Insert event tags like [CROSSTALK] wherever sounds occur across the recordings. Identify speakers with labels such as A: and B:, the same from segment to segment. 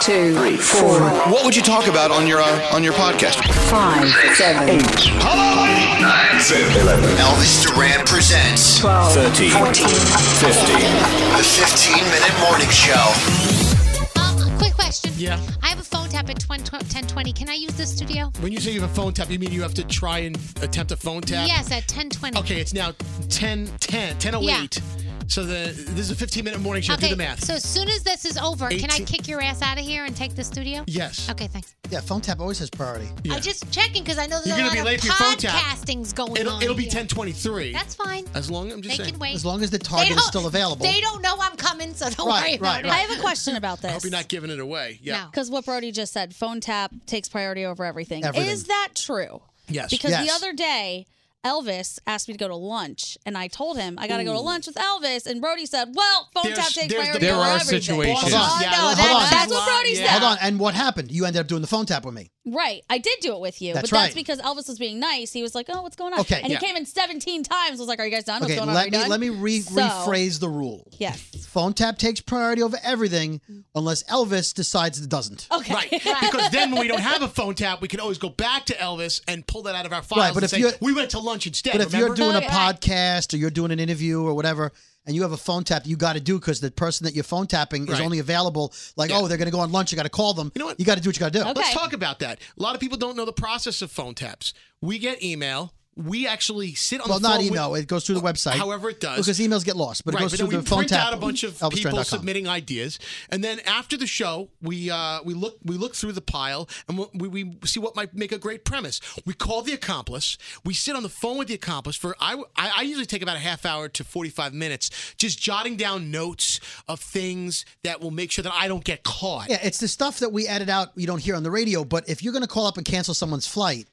A: two, four,
B: What would you talk about on your uh, on your podcast?
A: five, seven,
B: Hello, lady. Nine, seven, eleven. Elvis Duran presents
A: twelve, fourteen.
B: the 15 minute morning show.
C: Um, quick question.
D: Yeah.
C: I have a phone tap at 20, 1020. Can I use this studio?
D: When you say you have a phone tap, you mean you have to try and attempt a phone tap?
C: Yes, at 1020.
D: Okay, it's now 10, 10, 10 So the, oh this is a 15 minute morning show. Do the math.
C: So as soon as this is over, can I
D: 18
C: kick your ass out of here and take the studio?
D: yes.
C: Okay, thanks.
E: Yeah, phone tap always has priority.
D: Yeah.
C: I'm just checking because I know there's
D: You're
C: a
D: gonna
C: lot
D: be late
C: of
D: for your phone tap.
C: podcasting's going
D: It'll,
C: on.
D: it'll be
C: here.
D: 1023.
C: That's fine.
D: As long, I'm
C: They
D: just saying.
C: can wait.
E: As long as the
C: they
E: target
C: don't,
E: is still available.
C: They don't know I'm coming, so don't
E: Right,
C: worry about
E: right,
C: it. [LAUGHS]
E: right.
F: I have a question about this.
D: Hope you're not giving it away. Yeah.
C: No.
F: Because what Brody just said, phone tap takes priority over everything.
E: Everything.
F: Is that true?
D: Yes.
F: Because the
E: Yes.
F: other day, Elvis asked me to go to lunch, and I told him I got to go to lunch with Elvis, and Brody said, "Well, phone
D: There's-
F: tap takes
D: there's
F: priority
D: the- There
F: over
D: are
F: everything."
D: situations.
E: Hold
F: Oh,
E: on. Yeah,
F: no,
E: hold
F: that-
E: on.
F: that's what Brody said.
D: Yeah.
E: Hold on. And what happened? You ended up doing the phone tap with me.
F: Right, I did do it with you,
E: That's
F: but that's
E: right.
F: because Elvis was being nice. He was like, "Oh, what's going on?"
E: Okay,
F: and
D: yeah.
F: he came in seventeen times. I was like, "Are you guys done?
E: Okay,
F: what's going on? Are
E: let
F: we
E: me
F: done?"
E: let me re-
F: So-
E: rephrase the rule.
F: Yes.
E: Phone tap takes priority over everything unless Elvis decides it doesn't.
F: Okay. [LAUGHS]
D: Right. because then when we don't have a phone tap, we can always go back to Elvis and pull that out of our files
E: Right, but
D: and
E: if
D: say,
E: you're-
D: we went to lunch instead.
E: But if
D: remember?
E: you're doing
F: Okay.
E: a
D: [LAUGHS]
E: podcast or you're doing an interview or whatever, and you have a phone tap, you got to do because the person that you're phone tapping is
D: Right.
E: only available. Like,
D: Yeah.
E: oh, they're going to go on lunch. You got to call them.
D: You know what?
E: You got to do what you got to do.
F: Okay.
D: Let's talk about that. A lot of people don't know the process of phone taps. We get email. We actually sit on
E: Well,
D: the phone.
E: not
D: with-
E: email. It goes through the website.
D: However it does.
E: Because emails get lost, but it
D: right,
E: goes
D: but
E: through
D: then we
E: the phone
D: print
E: tap.
D: out a bunch of people
E: elvisduran.com.
D: submitting ideas, and then after the show, we uh, we look we look through the pile and we'll- we, we see what might make a great premise. We call the accomplice. We sit on the phone with the accomplice for I I, I usually take about a half hour to forty five minutes, just jotting down notes of things that will make sure that I don't get caught.
E: Yeah, it's the stuff that we edit out. You don't hear on the radio. But if you're going to call up and cancel someone's flight,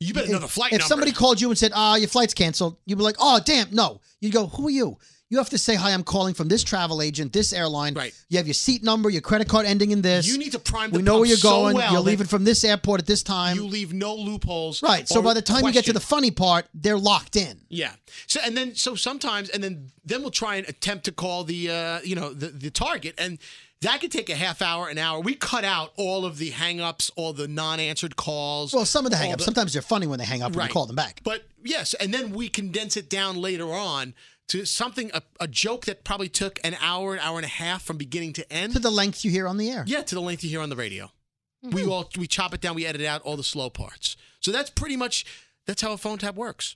D: you better know the flight
E: if
D: number.
E: somebody called you and said, "Ah, your flight's canceled," you'd be like, "Oh, damn, no." You'd go, "Who are you?"
G: You have to say, "Hi, I'm calling from this travel agent, this airline." Right. You have your seat number, your credit card ending in this.
B: You need to prime the
G: We know
B: pump
G: where you're
B: so
G: going.
B: well
G: you're
B: that
G: leaving from this airport at this time.
B: You leave no loopholes.
G: right. So
B: or
G: by the time you get to
B: question.
G: the funny part, they're locked in.
B: Yeah. So and then so sometimes and then then we'll try and attempt to call the uh, you know the, the target and that could take a half hour an hour. We cut out all of the hangups, all the non-answered calls.
G: Well, some of the
B: all
G: hang ups. Sometimes they're funny when they hang up and
B: Right.
G: you call them back.
B: But yes, and then we condense it down later on to something a, a joke that probably took an hour, an hour and a half from beginning to end. To
G: the length you hear on the air.
B: Yeah, to the length you hear on the radio. We
C: Mm-hmm.
B: all we chop it down, we edit out all the slow parts. So that's pretty much that's how a phone tap works.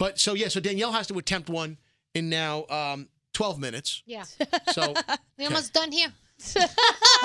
B: But so yeah, so Danielle has to attempt one in now um, twelve minutes.
D: [LAUGHS]
C: Yeah. [LAUGHS]
B: So
C: we almost done here.
G: All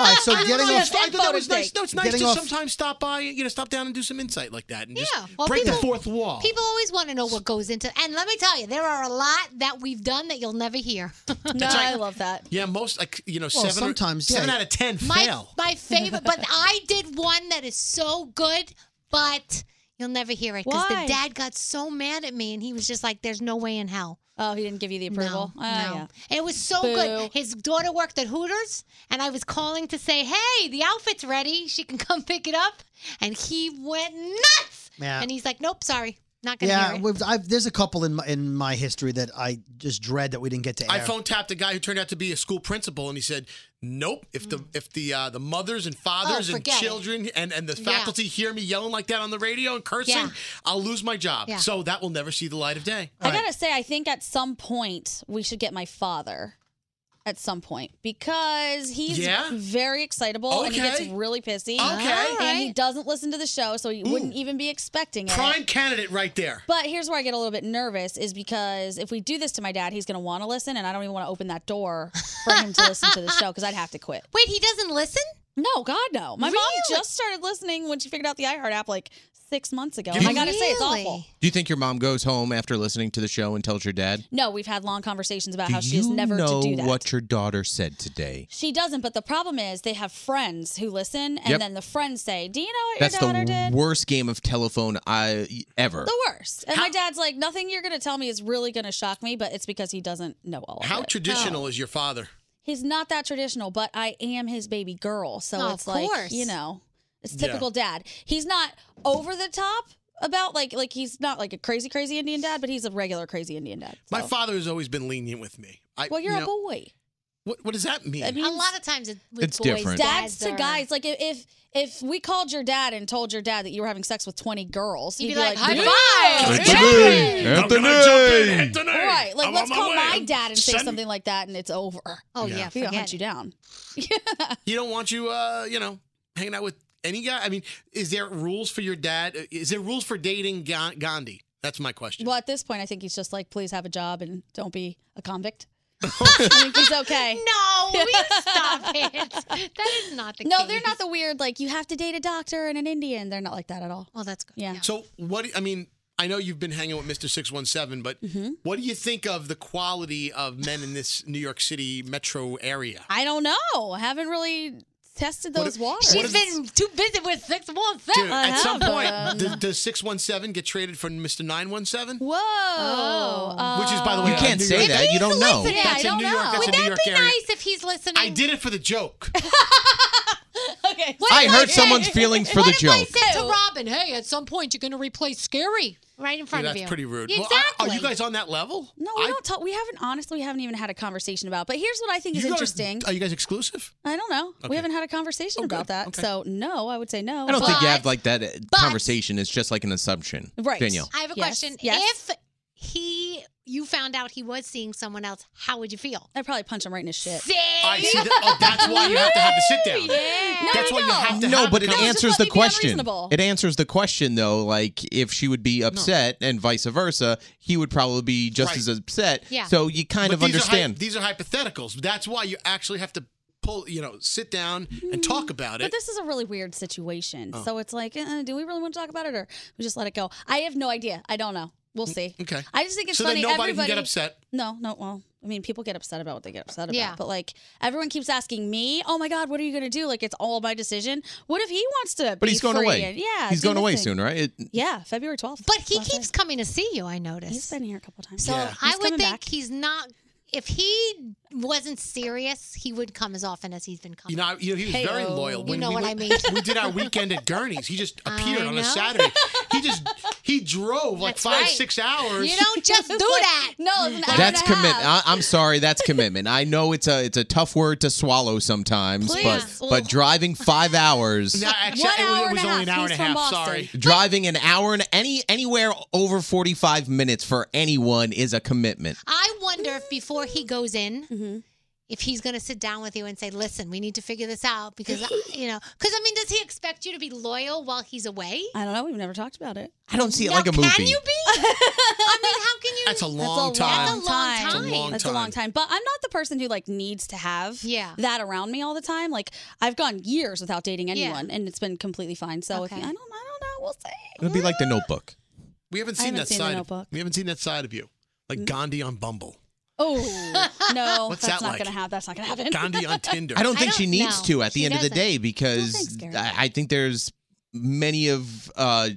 G: right,
B: [LAUGHS]
G: so getting
B: no,
G: off.
B: it's- I thought that was nice. No, it's nice
G: Getting
B: to
G: off-
B: sometimes stop by, you know, stop down and do some insight like that, and
C: Yeah,
B: just
C: well,
B: break the
C: people-
B: fourth
D: Oh.
B: wall.
C: People always want to know what goes into And let me tell you, there are a lot that we've done that you'll never hear. [LAUGHS]
B: That's right.
F: that.
B: Yeah, most like you know
G: Well,
B: seven or-
G: sometimes,
B: seven
G: yeah.
B: out of ten
C: My,
B: fail.
C: my favorite, but I did one that is so good, but you'll never hear it because the
F: Why?
C: dad got so mad at me and he was just like, there's no way in hell.
F: Oh, he didn't give you the approval?
C: No,
F: Oh,
C: no. It was so
F: Boo.
C: good. His daughter worked at Hooters and I was calling to say, hey, the outfit's ready. She can come pick it up. And he went nuts.
G: Yeah.
C: And he's like, nope, sorry. Not going to hear
G: Yeah,
C: it.
G: we've, I've, there's a couple in my, in my history that I just dread that we didn't get to
B: I
G: air.
B: phone tapped a guy who turned out to be a school principal, and he said, "Nope. If the if the uh, the mothers and fathers
F: Oh,
B: and
C: forget it.
B: children and and the
C: Yeah.
B: faculty hear me yelling like that on the radio and cursing,
F: Yeah.
B: I'll lose my job.
F: Yeah.
B: So that will never see the light of day."
F: I gotta say, I think at some point we should get my father. At some point, because he's
B: Yeah?
F: very excitable and he gets
B: Okay.
F: really pissy.
B: Okay.
F: And he doesn't listen to the show, so he wouldn't even be expecting it.
B: Prime candidate right there.
F: But here's where I get a little bit nervous is because if we do this to my dad, he's going to want to listen, and I don't even want to open that door for him to listen to the show because I'd have to quit.
C: Wait, he doesn't listen?
F: [LAUGHS] No, God, no. My mom
C: Really?
F: just started listening when she figured out the iHeart app like six months ago.
E: Do
F: and
E: you-
F: I got to say, it's
C: Really?
F: awful.
E: Do you think your mom goes home after listening to the show and tells your dad?
F: No, we've had long conversations about
E: do
F: how she
E: you
F: is never
E: know
F: to do that.
E: what your daughter said today?
F: She doesn't, but the problem is they have friends who listen, and
E: Yep.
F: then the friends say, "Do you know what
E: That's
F: your daughter
E: the
F: did?"
E: worst game of telephone I ever.
F: The worst. And my dad's like, "Nothing you're gonna tell me is really gonna shock me," but it's because he doesn't know all. of
B: How
F: it.
B: traditional is your father?
F: He's not that traditional, but I am his baby girl, so
C: Oh, of
F: it's like
C: course.
F: you know, it's
B: Yeah.
F: typical dad. He's not over the top about like like he's not like a crazy crazy Indian dad, but he's a regular crazy Indian dad.
B: My
F: so.
B: father has always been lenient with me. I,
F: Well, you're
B: you
F: a
B: know,
F: boy.
B: What what does that mean?
F: means-
C: a lot of times it, with
E: It's
C: boys,
E: different.
F: dads to
C: are-
F: guys. Like if- if if we called your dad and told your dad that you were having sex with twenty girls,
C: You'd
F: he'd
C: be like, "High
F: "Yeah."
C: five!" Anthony!
F: Yeah.
C: I'm gonna jump in,
E: Anthony!
F: Right, like
E: I'm
F: let's
E: on my
F: call
E: way.
F: my
E: I'm
F: dad and say
E: sending-
F: something like that, and it's over.
B: Oh, Yeah. yeah,
F: he'll hunt
B: forget
F: you down.
B: He don't want you, uh, you know, hanging out with any guy. I mean, is there rules for your dad? Is there rules for dating Ga- Gandhi? That's my question.
F: Well, at this point, I think he's just like, please have a job and don't be a convict. [LAUGHS] I think he's okay.
C: No, will you stop it. That is not the
F: no,
C: case.
F: they're not the weird like you have to date a doctor and an Indian. They're not like that at all.
C: Well, that's good.
F: Yeah.
B: So what? I mean, I know you've been hanging with Mister Six One Seven, but what do you think of the quality of men in this New York City metro area?
F: I don't know. I haven't really tested
B: What
F: those
B: if-
F: waters.
B: what She's if-
C: been too busy with six one
B: Dude, at some point, does, does Six One Seven get traded for Mister Nine One Seven?
F: Whoa!
C: Oh.
F: Uh,
B: Which is, by the way,
E: You
B: a
E: can't
B: New
E: say
B: York-
E: that. You don't know.
F: Yeah,
B: That's
F: I
B: a
F: don't
B: New York.
F: know.
B: That's a
F: Would
B: New
F: that
B: York
F: be
B: area.
F: nice
C: if he's listening?
B: I did it for the joke.
F: okay.
E: I hurt
F: [LAUGHS]
E: someone's feelings for the joke.
C: I said to Robin, hey, at some point you're going to replace Scary right in front
B: Yeah,
C: of
B: that's
C: you.
B: pretty rude.
C: Exactly.
B: Well, I- are you guys on that level?
F: No, we don't talk. We haven't honestly. We haven't even had a conversation about. But here's what I think is
B: You guys-
F: interesting.
B: Are you guys exclusive?
F: I don't know.
E: Okay.
F: We haven't had a conversation
B: Oh,
F: about that. So no, I would say no.
E: I don't think you
F: But-
E: have like that uh, conversation. It's just like an assumption.
F: Right.
E: Danielle.
C: I have a
F: Yes,
C: question.
F: yes.
C: If he, you found out he was seeing someone else, how would you feel?
F: I'd probably punch him right in his shit.
B: I see that. Oh, that's why you have to have the sit down.
F: No,
B: that's
F: no,
B: why you
F: no.
B: have to.
E: No,
B: have
E: but
B: the
E: it
B: conversation.
E: answers the question.
F: unreasonable.
E: It answers the question though, like if she would be upset and vice versa, he would probably be just
B: Right.
E: as upset.
B: Yeah.
E: So you kind
B: But
E: of
B: these are hy-
E: understand.
B: these are hypotheticals. That's why you actually have to pull, you know, sit down and talk about
F: Mm, But
B: it.
F: this is a really weird situation.
B: Oh.
F: So it's like, uh, do we really want to talk about it, or we just let it go? I have no idea. I don't know. We'll see.
B: Mm, Okay.
F: I just think it's
B: so
F: funny.
B: Then nobody
F: Everybody
B: can get upset.
F: No, no. Well, I mean, people get upset about what they get upset about.
B: Yeah.
F: But like, everyone keeps asking me, "Oh my God, what are you gonna do?" Like, it's all my decision. What if he wants to?
E: But
F: be
E: he's going
F: free
E: away.
F: and- yeah,
E: He's
F: do
E: going
F: his
E: away
F: thing.
E: soon, right? It-
F: Yeah, February twelfth.
C: But he keeps coming to see you, I noticed. He's
F: been here a couple times.
C: So
E: Yeah.
C: I
F: He's
C: would
F: coming
C: think he's not if he wasn't serious, he would come as often as he's been coming.
B: You know, I- you know, he was very
F: oh,
C: Heyo.
B: loyal.
C: You know
B: we
C: what I
B: went-
C: mean?
B: We did our weekend at Gurney's. He just appeared
C: I
B: on
C: know.
B: a Saturday.
F: [LAUGHS]
B: He just he drove like
C: That's
B: five
C: right.
B: six hours.
C: You [LAUGHS] don't
F: [LAUGHS]
C: just do that.
F: No, it's an hour and
E: That's
F: a half.
E: commitment. I- I'm sorry, that's commitment. I know it's a it's a tough word to swallow sometimes,
F: Please.
E: but but driving five hours,
B: No, actually,
F: One
B: it was-
F: hour
B: it was
F: and a
B: only an
F: half.
B: hour
F: He's
B: and a
F: from
B: half.
F: Boston.
B: Sorry.
E: driving an hour and any anywhere over 45 minutes for anyone is a commitment.
C: I wonder if before he goes in,
F: Mm-hmm.
C: if he's going to sit down with you and say, "Listen, we need to figure this out because you know." Because I mean, does he expect you to be loyal while he's away?
F: I don't know. We've never talked about it.
E: I don't
F: [LAUGHS]
E: see it
C: Now,
E: like a movie.
C: Can you be? I mean, how can you?
B: [LAUGHS] That's a
F: That's
B: long
F: a
B: time.
F: Long time.
B: It's a long
F: That's a long time. But I'm not the person who like needs to have that around me all the time. Like I've gone years without dating anyone, and it's been completely fine. So if, I don't, I don't know. We'll see.
E: It'll be like The Notebook.
B: We haven't
F: I
B: seen
F: haven't
B: that
F: seen The
B: side.
F: Notebook.
B: Of, we haven't seen that side of you, like Gandhi
F: [LAUGHS]
B: on Bumble,
F: Oh no,
B: What's
F: that's
B: that
F: not
B: like?
F: gonna happen. That's not gonna happen. [LAUGHS]
B: Gandhi on Tinder.
E: I don't think she needs to at the end of the
F: doesn't.
E: day because I, I think there's many of uh,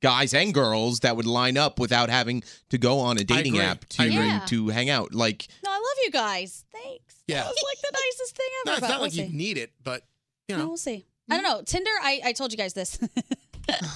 E: guys and girls that would line up without having to go on a dating
B: agree.
E: app to
B: I agree.
F: Yeah.
E: to hang out. Like
F: No, I love you guys. Thanks.
E: Yeah.
F: That was like the nicest thing ever.
B: No, it's
F: but
B: not
F: we'll
B: like you
F: see.
B: need it, but you
F: No,
B: know. Mm-hmm.
F: we'll see. I don't know. Tinder, I, I told you guys
C: [LAUGHS]
F: this.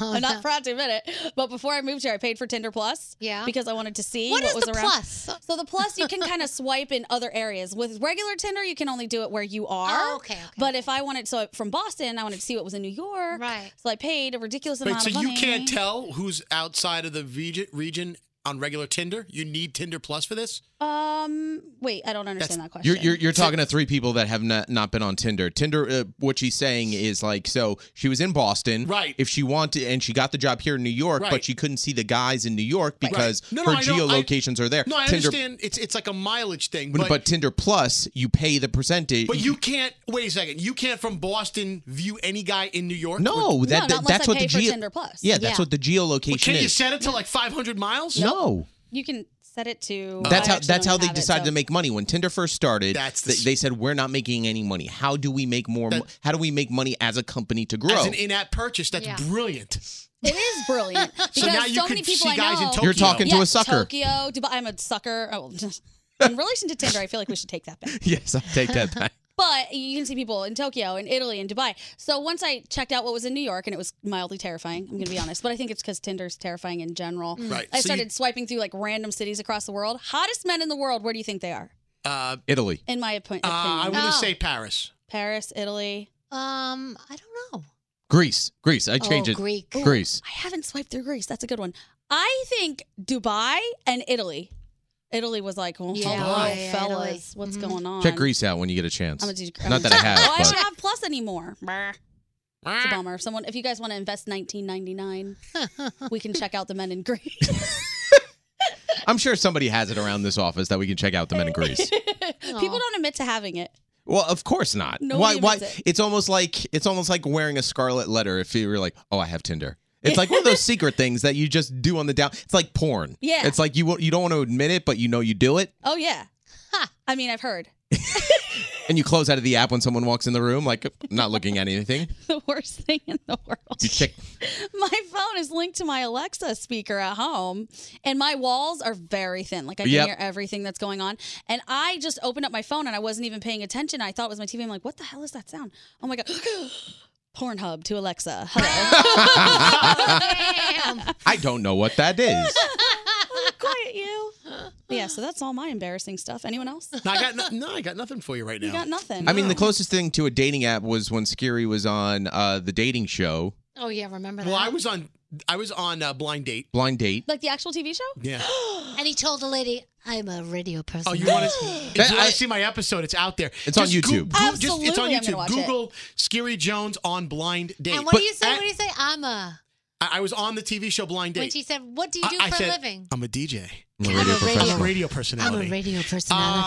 C: Oh,
F: I'm not proud to admit it. But before I moved here, I paid for Tinder Plus.
C: Yeah.
F: Because I wanted to see
C: What
F: what,
C: is
F: was
C: the
F: around.
C: Plus?
F: So the plus you
C: [LAUGHS]
F: can kind of swipe in other areas. With regular Tinder, you can only do it where you are.
C: Oh, okay, okay.
F: But if I wanted so from Boston, I wanted to see what was in New York. Right. So I paid a ridiculous
B: Wait,
F: amount
B: so
F: of
B: you
F: money.
B: can't tell who's outside of the region, region on regular Tinder? You need Tinder Plus for this?
F: Um wait, I don't understand that question.
E: You're, you're, you're talking to three people that have not, not been on Tinder. Tinder, uh, what she's saying is like, so she was in Boston. Right. If she wanted, and she got the job here in New York,
B: Right.
E: but she couldn't see the guys in New York because
B: Right. No,
E: her
B: no, I know, I-
E: geolocations are there.
B: No, I
E: Tinder,
B: understand. It's it's like a mileage thing,
E: But,
B: but but,
E: Tinder Plus, you pay the percentage.
B: you can't. Wait a second. You can't from Boston view any guy in New York.
E: no,
B: With-
E: that, that- that's what the geo- Yeah, that's what the
B: Well,
E: geolocation
B: can you
E: is. Oh,
B: set it to like 500 miles?
E: No.
F: You can set it to
E: That's
F: I
E: how
F: actually
E: that's
F: don't
E: how they
F: have it,
E: decided
F: so-
E: to make money when Tinder first started. That's they, they said we're not making any money. How do we make more? mo- how do we make money as a company to grow? [LAUGHS]
B: As an in-app purchase, that's brilliant.
F: It is brilliant because so,
B: now you
F: many
B: could
F: people
B: see
F: I
B: guys in
F: know.
B: Tokyo. You're talking to
E: a
F: Yes,
E: sucker.
F: Tokyo, Dubai. I'm a sucker. Oh, [LAUGHS] in relation to Tinder, I feel like we should take that back.
E: yes, I take that back.
F: But you can see people in Tokyo and Italy and Dubai. So once I checked out what was in New York, and it was mildly terrifying. I'm gonna be honest, but I think it's because Tinder's terrifying in general.
B: Mm. Right,
F: I
B: so you-
F: started swiping through like random cities across the world. Hottest men in the world. Where do you think they are?
B: Uh,
E: [LAUGHS] Italy.
F: In my opinion,
B: Uh, I wouldn't say Paris.
F: Paris, Italy.
C: Um, I don't.
E: Greece, Greece. I
F: Oh,
E: changed it.
F: Greek. Ooh.
E: Greece.
F: I haven't swiped through Greece. That's a good one. I think Dubai and Italy. Italy was like, oh,
C: Yeah,
F: hello,
C: yeah, yeah, Mm-hmm.
F: fellas, what's going on?
E: Check Greece out when you get a chance.
F: I'm gonna do- I'm
E: Not that
F: gonna-
E: I have.
F: Well, [LAUGHS] I
E: but-
F: don't have Plus anymore. It's a bummer. If someone, if you guys want to invest 19.99, we can check out the men in Greece. [LAUGHS]
E: I'm sure somebody has it around this office that we can check out the men in Greece.
F: People don't admit to having it.
E: Well, of course not.
F: Nobody
E: why? Why?
F: admits it.
E: It's almost like it's almost like wearing a scarlet letter. If you were like, oh, I have Tinder. It's like one of those secret things that you just do on the down. It's like porn.
F: Yeah.
E: It's like you won't- you don't want to admit it, but you know you do it,
F: Oh yeah. I mean, I've heard
E: and you close out of the app when someone walks in the room, like not looking at anything.
F: [LAUGHS] the worst thing in the world.
E: You check.
F: [LAUGHS] My phone is linked to my Alexa speaker at home, and my walls are very thin. Like I can
E: Yep.
F: hear everything that's going on. And I just opened up my phone and I wasn't even paying attention. I thought it was my TV. I'm like, what the hell is that sound? Oh my god. [GASPS] Pornhub to Alexa.
E: [LAUGHS]
F: Hello.
E: I don't know what that
D: [LAUGHS]
E: is.
F: Quiet you. Yeah, so that's all my embarrassing stuff. Anyone else?
B: No, I got no, no, I got nothing for you right now.
F: You got nothing.
E: I mean, the closest thing to a dating app was when Scary was on uh, the dating show,
C: [LAUGHS] Oh yeah, remember that?
B: Well, I was on I was on uh, Blind Date.
E: Blind Date.
F: Like the actual TV show?
E: [GASPS]
B: Yeah.
C: and he told the lady, "I'm a radio person."
B: Oh, you
E: [GASPS]
B: want to? If you want to see my episode? It's out there.
E: It's on YouTube.
B: just, it's on
C: Absolutely, I'm gonna
B: YouTube.
C: watch it.
B: Google Scary Jones on Blind Date.
C: And what do you say? what do you say? I'm a.
B: I, I was on the TV show Blind Date.
C: When she said, "What do you
B: I-
C: do
B: I
C: for
B: said,
C: a living?"
B: I'm a DJ.
E: I'm a radio professional.
B: I'm
C: I'm
B: a radio personality.
C: a radio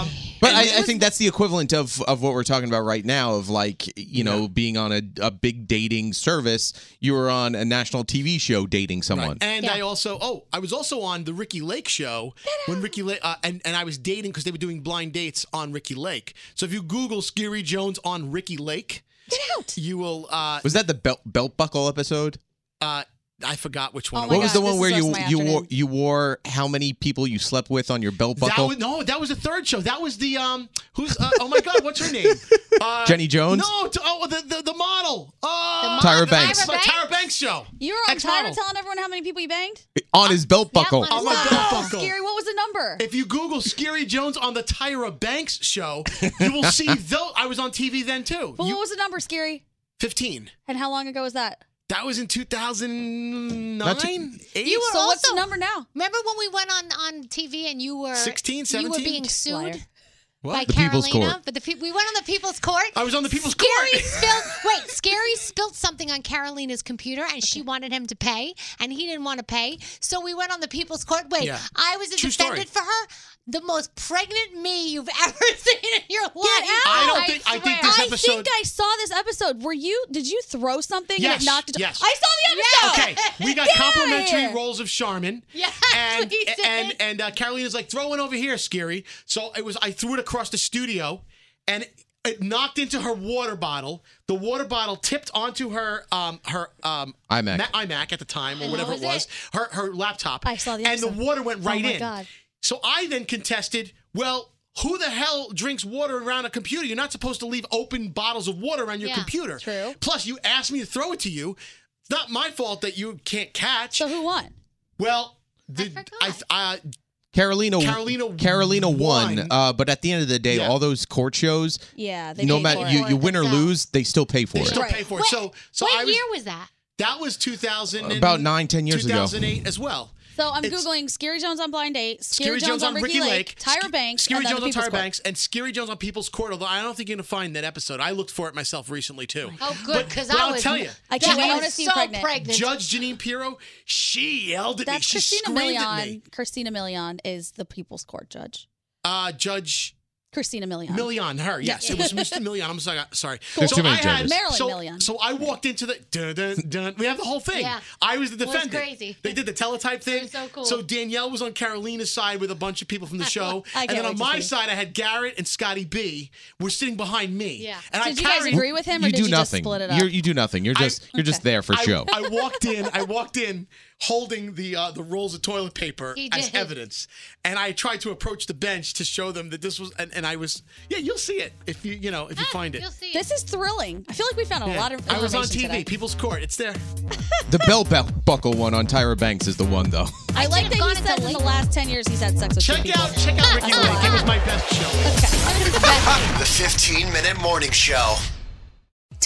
C: personality.
E: But I, I think that's the equivalent of of what we're talking about right now of like you know being on a, a big dating service. You were on a national TV show dating someone.
B: And I also oh I was also on the Ricky Lake show when Ricky Lake uh, and and I was dating because they were doing blind dates on Ricky Lake. So if you Google Scary Jones on Ricky Lake,
F: get out.
B: You will uh,
E: Was that the belt belt buckle episode?
B: uh I forgot which
F: Oh
B: one. it
E: what was the one where you you wore you wore how many people you slept with on your belt
B: That
E: buckle?
B: was, no, that was the third show. That was the um. Who's? Uh, oh my God! What's
E: [LAUGHS]
B: her name? Uh,
E: Jenny Jones?
B: No. T- oh, the the, the model. Uh,
E: The model. Tyra Banks.
B: Tyra Banks, show.
F: You were on Tyra
B: Ex-model.
F: telling everyone how many people you banged?
E: on his belt buckle.
F: That one is
B: Oh my
F: not
B: God. Buckle.
F: Scary. What was the number?
B: If you Google Scary Jones on the Tyra Banks show, you will see. Though I was on TV then too.
F: But what was the number, Scary?
B: Fifteen.
F: And how long ago was that?
B: That was in two thousand
E: Not too-
B: nine.
F: You were So what's the also- number now?
C: Remember when we went on on TV and you were
B: 16,
C: You were
B: 17?
C: being sued
B: What?
C: by
B: The
C: Carolina,
B: People's Court.
C: but the pe- we went on the People's Court.
B: I was on the People's
C: Scary
B: Court. [LAUGHS]
C: spilled, wait, Scary spilled something on Carolina's computer, and she wanted him to pay, and he didn't want to pay, so we went on the People's Court. Wait,
B: Yeah.
C: I was a
B: True story.
C: defendant for her. The most pregnant me you've ever [LAUGHS] seen in your life.
B: I don't think- I think this
F: I
B: episode-
F: think I saw this episode. Were you? Did you throw something and
B: Yes,
F: it knocked it?
B: yes.
F: I saw the episode.
B: [LAUGHS] Okay, we got
F: Get outta
B: complimentary
F: here.
B: rolls of Charmin.
F: [LAUGHS] Yes,
B: and
F: we did.
B: and and uh, Carolina's like throw one over here, Scary. So it was I threw it across the studio, and it knocked into her water bottle. The water bottle tipped onto her um her um
E: iMac.
B: Ma- iMac at the time or
F: And
B: whatever
F: what
B: it
F: was
B: was. Her her laptop. I saw
F: the
B: and the
F: episode.
B: water went
F: Oh
B: right
F: my
B: in.
F: God.
B: So I then contested. Well. Who the hell drinks water around a computer? You're not supposed to leave open bottles of water around your
F: Yeah,
B: computer.
F: true.
B: Plus, you asked me to throw it to you. It's not my fault that you can't catch.
F: So who won?
B: Well, the, I, I,
E: Carolina,
B: Carolina
E: Carolina won. Uh, but at the end of the day, all those court shows,
F: Yeah,
E: no matter you, you win or lose, they still pay for
B: they
E: it.
B: still pay for it. So, so
C: what
B: I was,
C: year was that?
B: that was 2000 and-
E: About nine, 10 years ago.
B: 2008 as well.
F: So I'm
B: It's-
F: googling Scary Jones on Blind Date,
B: Scary, Jones on Ricky Lake,
F: Tyra
B: Sc-
F: Banks,
B: Scary
F: and then
B: Jones
F: the
B: on Tyra
F: People's Court.
B: Banks, and Scary Jones on People's Court. Although I don't think you're gonna find that episode. I looked for it myself recently too.
C: Oh, good,
B: But-
C: because
B: but
C: I
B: I'll
C: was.
B: tell you,
F: I can't
C: that
F: wait. I
C: was
F: wanna see you
C: so
F: pregnant.
B: Judge Janine Pirro, she yelled at
F: That's
B: me. She
F: Christina
B: screamed at me.
F: Milian. Christina Milian is the People's Court judge.
B: Uh, Judge
F: Christina Milian.
B: Million, her, yes.
F: Yeah.
B: It was Mr. Million. I'm sorry. sorry.
F: There's too many
B: I had-
F: judges. Marilyn
B: so,
F: Million.
B: So I walked into the dun, dun, dun. We have the whole thing.
C: Yeah.
B: I was the
C: It was
B: defendant.
C: crazy.
B: They did the teletype thing.
C: so cool.
B: Danielle was on Carolina's side with a bunch of people [LAUGHS] from the show,
F: I can't
B: and then on
F: wait to
B: my
F: see.
B: side I had Garrett and Scotty B. were sitting behind me.
F: Yeah. Did
B: And I
F: you guys
B: carried-
F: agree with him, or
E: You
F: did
E: do
F: you just
E: nothing.
F: split it up?
E: You're, you do nothing. You're just you're just there for
B: I,
E: show.
B: I walked in. I walked in holding the uh, the rolls of toilet paper
C: He
B: as
C: did.
B: evidence, and I tried to approach the bench to show them that this was. And, and I was. Yeah, you'll see it if you you know if you find it.
F: This is thrilling. I feel like we found Ah, a
B: Yeah.
F: lot of information
B: I was on TV.
F: today.
B: People's Court. It's there.
E: the belt bu- buckle one on Tyra Banks is the one though.
F: I, like that he said in the last 10 years he's had sex with
B: Check out check out Ricky Lake. It was my best show. [LAUGHS]
H: The 15 minute morning show.